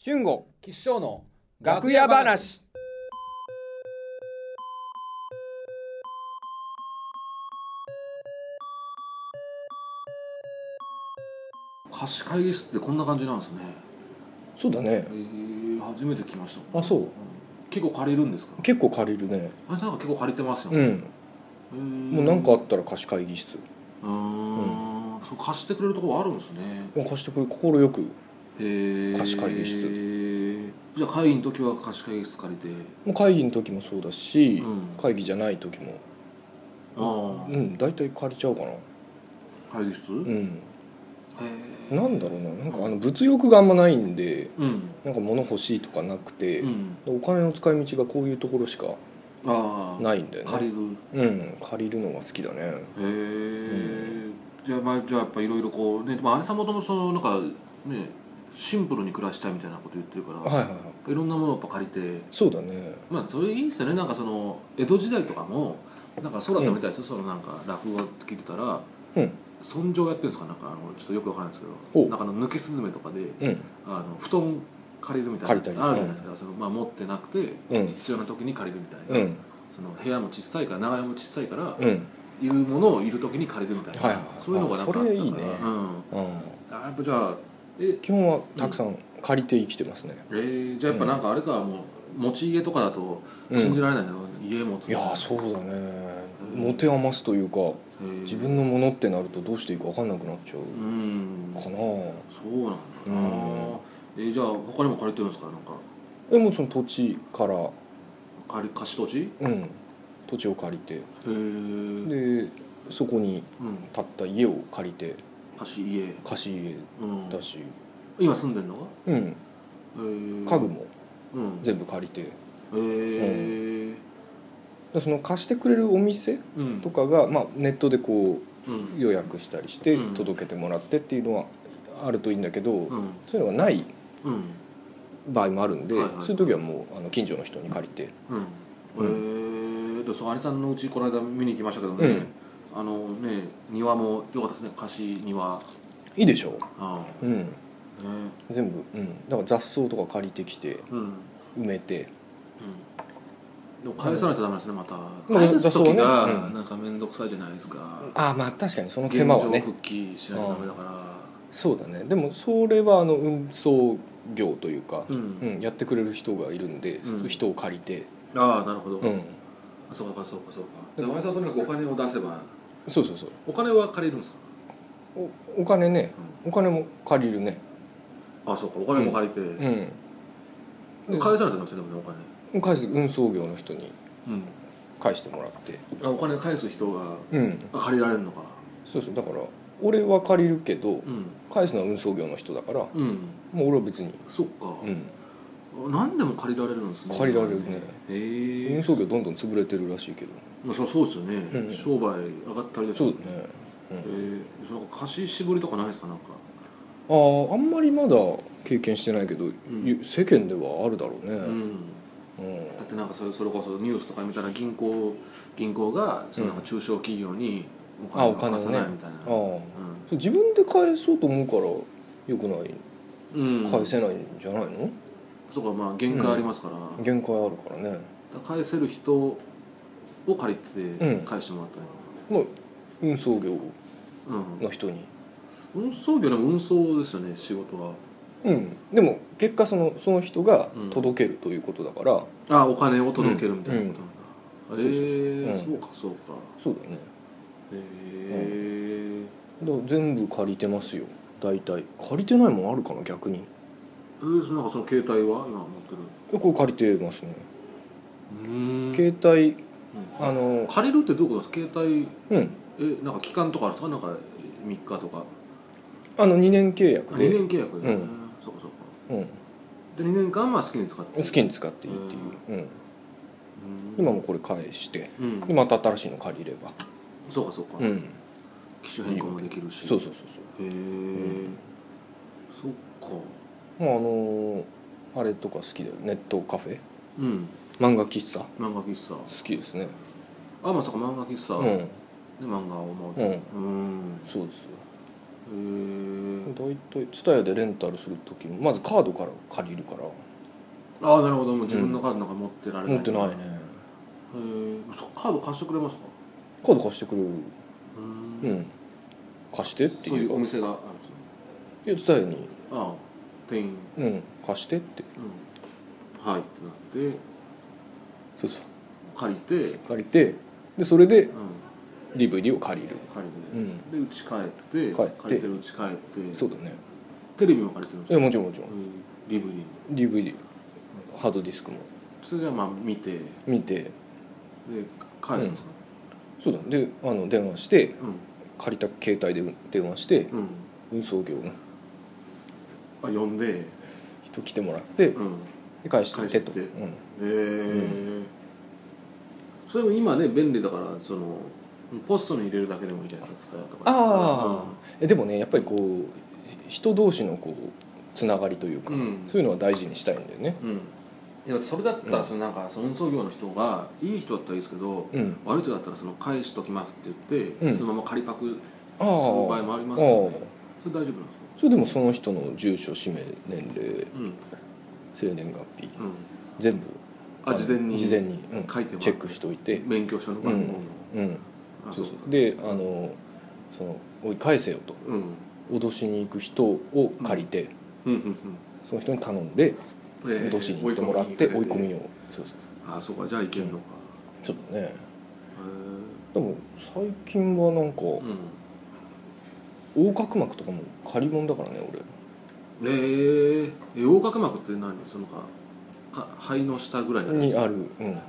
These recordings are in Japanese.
俊吾吉祥の楽屋話貸し会議室ってこんな感じなんですねそうだねえー、初めて来ましたあそう結構借りるんですか結構借りるねあいつなんか結構借りてますようね、んえーうん、もう何かあったら貸し会議室うーん、そう貸してくれるところあるんですねもう貸してくれ心よくへえ貸し会議室じゃあ会議の時は貸し会議室借りてもう会議の時もそうだし、うん会議じゃない時もああうん大体借りちゃうかな会議室、うへんえなんだろうななんかあの物欲があんまないんでうんなんか物欲しいとかなくて、うんお金の使い道がこういうところしかああないんだよね借りるうん借りるのが好きだねへえ、じゃあまあじゃあやっぱいろいろこうねまあ姉さんもともとそのなんかねシンプルに暮らしたいみたいなこと言ってるから、はいはいはいい、ろんなものをやっぱ借りてそうだねまあそれいいですよねなんかその江戸時代とかもなんか空飛びたいですよ、そのなんか落語聞いてたらうん尊上やってるんですかなんかあのちょっとよくわからないんですけほどうなんかあの抜けスズメとかでうんあの布団借りるみたい借なりたりあるじゃないですか、そのまあ、持ってなくてうん必要な時に借りるみたいな、うんその部屋も小さいから長屋も小さいから、うんいるものをいる時に借りるみたいな、はいはいはいそういうのがなんかああったそかられいいねうん、うんあやっぱじゃあえ、基本はたくさん借りて生きてますね、えーじゃあやっぱなんかあれか、もう持ち家とかだとうん信じられないけど、家持ついやーそうだね持て余すというかえー自分のものってなるとどうしていいか分かんなくなっちゃううんかなそうなんだな、うんえーじゃあ他にも借りてるんですかなんかでもその土地から、借り貸し土地へうん、土地を借りてえうん、でそこに建った家を借りて貸し家、貸し家うん、だし、今住んでるのが、うん、えー家具もうん全部借りてえーでその貸してくれるお店うんとかが、まあ、ネットでこううん予約したりしてうん届けてもらってっていうのはあるといいんだけど、うんそういうのがないうん場合もあるんで、はいはいはいそういう時はもうあの近所の人に借りてうん、うえーとそう兄さんのうちこの間見に行きましたけどね、うんあのね庭も良かったですね貸し庭いいでしょあう、うん、あね全部、うん、だから雑草とか借りてきてうんうん埋めてでも返さないとダメですねまたまあ返す時がそうねうんなんか面倒くさいじゃないですか、ああまあ確かにその現手間は状ね復帰しないとダメだかそうだねでもそれはあの運送業というか、らう、うんん、やってくれる人がいるんで、うんそういう人を借りて、ああなるほど、うん、そうかそうかそうかでも兄さんはとにかくお金を出せばそうそうそうお金は借りるんですかおお金ねお金も借りるねああそうかお金も借りて、うんで返さないとダメですねでもねお金返す運送業の人にうん返してもらってあお金返す人がうんあ借りられるのかそうそうだから俺は借りるけどうん返すのは運送業の人だからもうんう俺は別に、そっか、うん、何でも借りられるんですね借りられるねへ運え送業どんどん潰れてるらしいけどまあ、そそうですよね、うん商売上がったりですそようだねえーその貸し絞りとかないですかなんかあーあんまりまだ経験してないけど、んゆ世間ではあるだろううね、んうんだってなんかそれそれこそニュースとか見たら銀行銀行がそのなんか中小企業にお金あをお金を貸ねさないみたいあな、あそう自分で返そうと思うからよくないうん、うん、返せないんじゃないの、そうかまあ限界ありますから,、だ限界あるからねから返せる人を借りてうん返してもらったり、まあ運送業うんの人に運送業でも運送ですよね仕事はうんでも結果そのその人が届けるということだから、あお金を届けるみたいなことうんなんだ、ええそうそうそうそうかそうかそうだねええだから全部借りてますよ大体借りてないもんあるかな逆にえーなんかその携帯は今持ってるえこれ借りてますね、うん携帯うんあの借りるってどういうことですか携うん帯えなんか期間とかあるんですかなんか3日とかあの2年契約で2年契約で、うそうかそうかうん、で2年間まあ好きに使って好きに使っていいっていう、うん、うん今もこれ返してうんでまた新しいの借りれば、そうかそうか、うん、機種変更もできるしそうそうそうへえんそっかそうもうあのーあれとか好きだよネットカフェうん漫画喫茶好漫画喫茶きですねあまあそうか漫画喫茶、うんで漫画を思ううんうんそうですよへえー、大体蔦屋でレンタルする時もまずカードから借りるからああなるほどもう自分のカードなんか持ってられない、持ってないねえー、そカード貸してくれますかカード貸してくれるうーんうん貸してってそういいううおい店があるんですねや蔦屋にああ店員うん貸してってうんはいってなってそうそう借りて、うん、借りてでそれで DVD を借りる借うりんて、で家帰って帰って借りてる家帰ってそうだねテレビも借りてるんいでやすよ、もちろんもちろんうん、DVD も DVD ハードディスクもそれじゃあまあ見てで見て返すんですか、そうだねであの電話してうん借りた携帯で電話してうん運送業のあ呼んで、人来てもらってうん、で返してってと返してうんえーそれも今ね便利だからそのポストに入れるだけでもいいじゃないですかあえでもねやっぱりこう人同士のこうつながりというか、うんそういうのは大事にしたいんだよねうん、いやそれだったら、うんそのなんかその運送業の人がいい人だったらいいですけど、うん悪い人だったらその返しときますって言って、うんそのまま仮パクするあー場合もありますけど、あねー、それ大丈夫なんでそれでもその人の住所氏名年齢すかうん生年月日うん全部あ事前に事前に、うん、書いてもらうチェックしておいて免許証の番号も、うんあそそううそそううであのその「おい返せよ」とうん脅しに行く人を借りて、うんうんその人に頼んでうんえー脅しに行ってもらって追い込みををそうそうあそうかじゃあいけんのか、そうちょっとねへでも最近はなんか、えうん横隔膜とかも借り物だからね俺えー、え横隔膜って何そのかか肺の下ぐらいにあるにある、うん、えー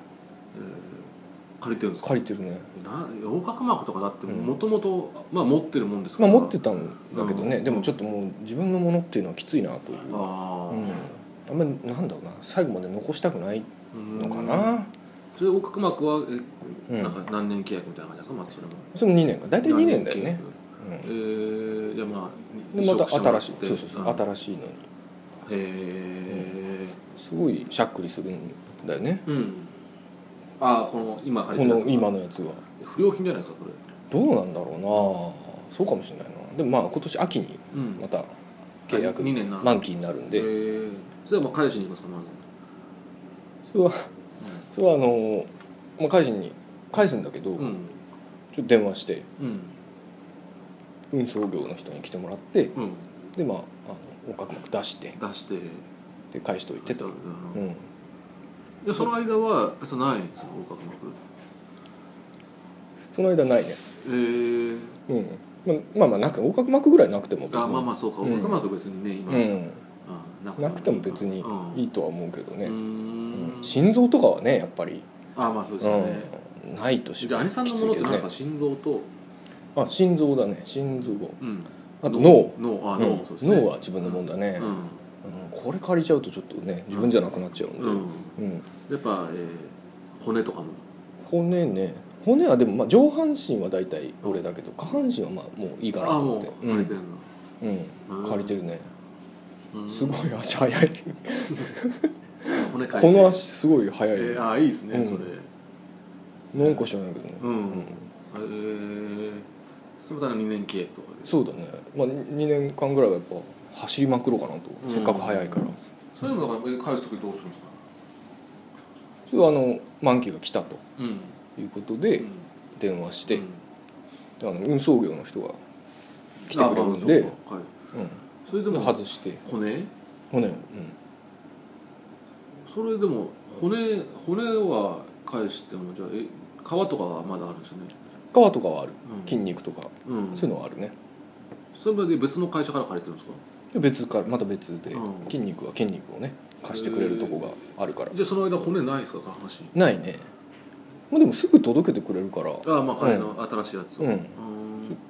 借りてるんですか借りてるねな横隔膜とかだってうんもともとまあ持ってるもんですかまあら、持ってたんだけどね、うんでもちょっともう自分のものっていうのはきついなというあ,、あうあ、ん、あんまりなんだろうな最後まで残したくないのかうんな、それ横隔膜はうえんなんか何年契約みたいな感じですかまたそれもそれも2年か大体2年だよね、何年契約えー、じゃあまうあん、でまた新しい移そう植そうてそう、もらって新しいのにうんへすごいしゃっくりするんだよねえうんああこの今借こりてるのやつ今のやつは不良品じゃないですかこどうなんだろうなそうかもしれないなでもまあ今年秋にれうんまた契約2年な満期になるんえで、ー、それはまあ返しに行くんですかまずそれはそれはあの、まあ、返しに返すんだけど、うんちょっと電話してうん運送業の人に来てもらってうんでまああの横隔膜出して出してで返しておいてと、うんうん、でその間はそのないんですよ横隔膜その間ないね、えー、うん、まあまあまあなく横隔膜ぐらいなくても別にあまあまあそうかうん横隔膜別にね今、うん、あなくても別にいいいとは思うけどね、ううんん心臓とかはねやっぱり、あまあそうですよね、うん、ないとしじゃあ兄さんのものって何ですか、心臓と、あ心臓だね心臓うん、あと脳脳あう脳、んそうですね脳は自分のもんだね、うんこれ借りちゃうとちょっとね自分じゃなくなっちゃうんで、うん、うん、うん、やっぱ、えー、骨とかも骨ね骨はでもまあ上半身は大体俺だけど下半身はまあもういいかなあとあも思っうて借りてるんだ、うん、うんうん借りてるねうんすごい足速い骨借こりての足すごい速い、えー、ああいいですね、うんそれなんか知らないけどね、うん、えー、そのたら2年契約とかでそうだね、まあ、2年間ぐらいはやっぱ走りまくろうかなと、うんせっかく速いからそれでもだからえー返す時どうするんですかそれはあの満期が来たとうんいうことでうん電話して、うんであの運送業の人が来てくれるんであまあそうかはい、うんそれででも外して骨骨を、それでも骨骨は返してもじゃあえ皮とかはまだあるんですよね、うん、皮とかはあるうん、筋肉とか、うん、そういうのはあるねそれで別の会社から借りてるんですかで別からまた別で、うん筋肉は筋肉をね貸してくれるとこがあるからじゃあその間骨ないんですか下半身ないね、まあ、でもすぐ届けてくれるからちょああまあ彼の新しいやつをうんうーっん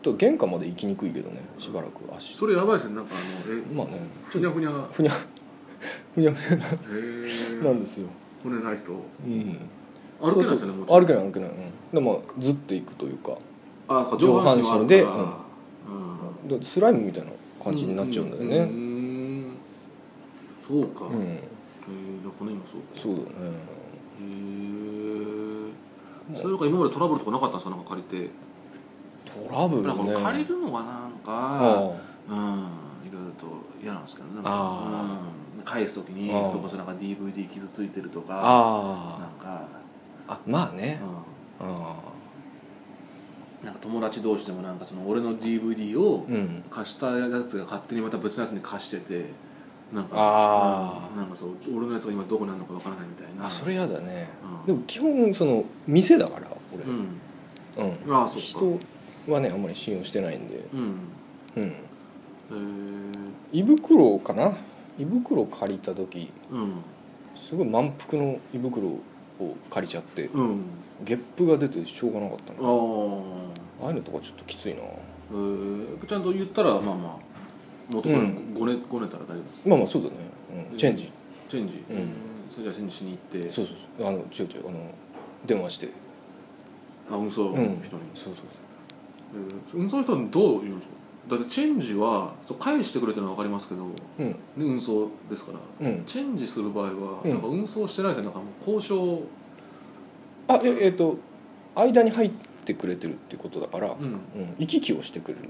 と玄関まで行きにくいけどねしばらく足それやばいですねなんかあのえまあねふにゃふにゃふにゃふにゃふにへゃなんーですよ、骨ないとうん、歩けないですそようねそうもちろん歩けない歩けない、うん、でまあずっていくというかあそうか上上半半身身ははあるからあるからうんでスライムみたいな感じになっちゃうんだよね、ううんそうか、うへん、えだから今そうかそうだよねへえそれとか今までトラブルとかなかったんですかなんか借りてトラブなんルかね借りるのがなんか、あうん、いろいろと嫌なんですけどねなんかあうん、返す時にあーそれこそなんか DVD 傷ついてるとかなあんか、ああまあうね、ん、あなんか友達同士でもなんかその俺の DVD をーうん貸したやつが勝手にまた別のやつに貸しててなんかあーうんなんかそう俺のやつが今どこにあるのかわからないみたいなあそれやだね、うんでも基本その店だから俺う、んうんああそっか人はねあんまり信用してないんで、うんうん、へえ胃袋かな胃袋借りた時うんすごい満腹の胃袋を借りちゃってうんゲップが出てしょうがなかったあのあああいうのとかちょっときついなえーちゃんと言ったらまあまあ元からごね,、ごねたら大丈夫ですまあまあそうだね、ううんん、チェンジチェンジ、うんそれじゃあチェンジしに行ってそうそうそうあの違う違うあの電話してあ運送うのん人に、そうそうそうえー運送の人にどう言うんですかだってチェンジはそう返してくれてるのは分かりますけど、ね、うん運送ですから、うんチェンジする場合は、うんなんか運送してないですよなんかもう交渉、あええっと間に入ってくれてるってことだから、うんうん、行き来をしてくれる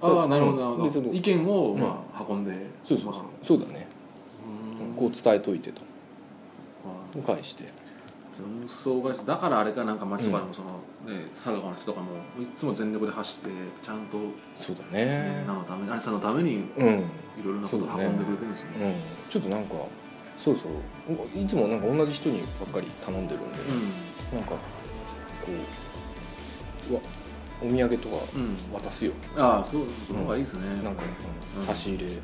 ああうんなるほどなるでほそどの意見を、うんまあ、運んでそうそうまそう、あそうだね、うんこう伝えといてとまあ返して運送会社だからあれかなんか町とかでもその、ね、佐賀の人とかもいつも全力で走ってちゃんと、ねそうだねなのためにあれさんのためにいうん、うん、ろいろなことを運んでくれてるんですよねちょっとなんかそろそろいつもなんか同じ人にばっかり頼んでるんで、なんかこううわお土産とかうん、うん、渡すよ、ああそうその方がいいですね、うん、なんか、うんうん差し入れ、ううん、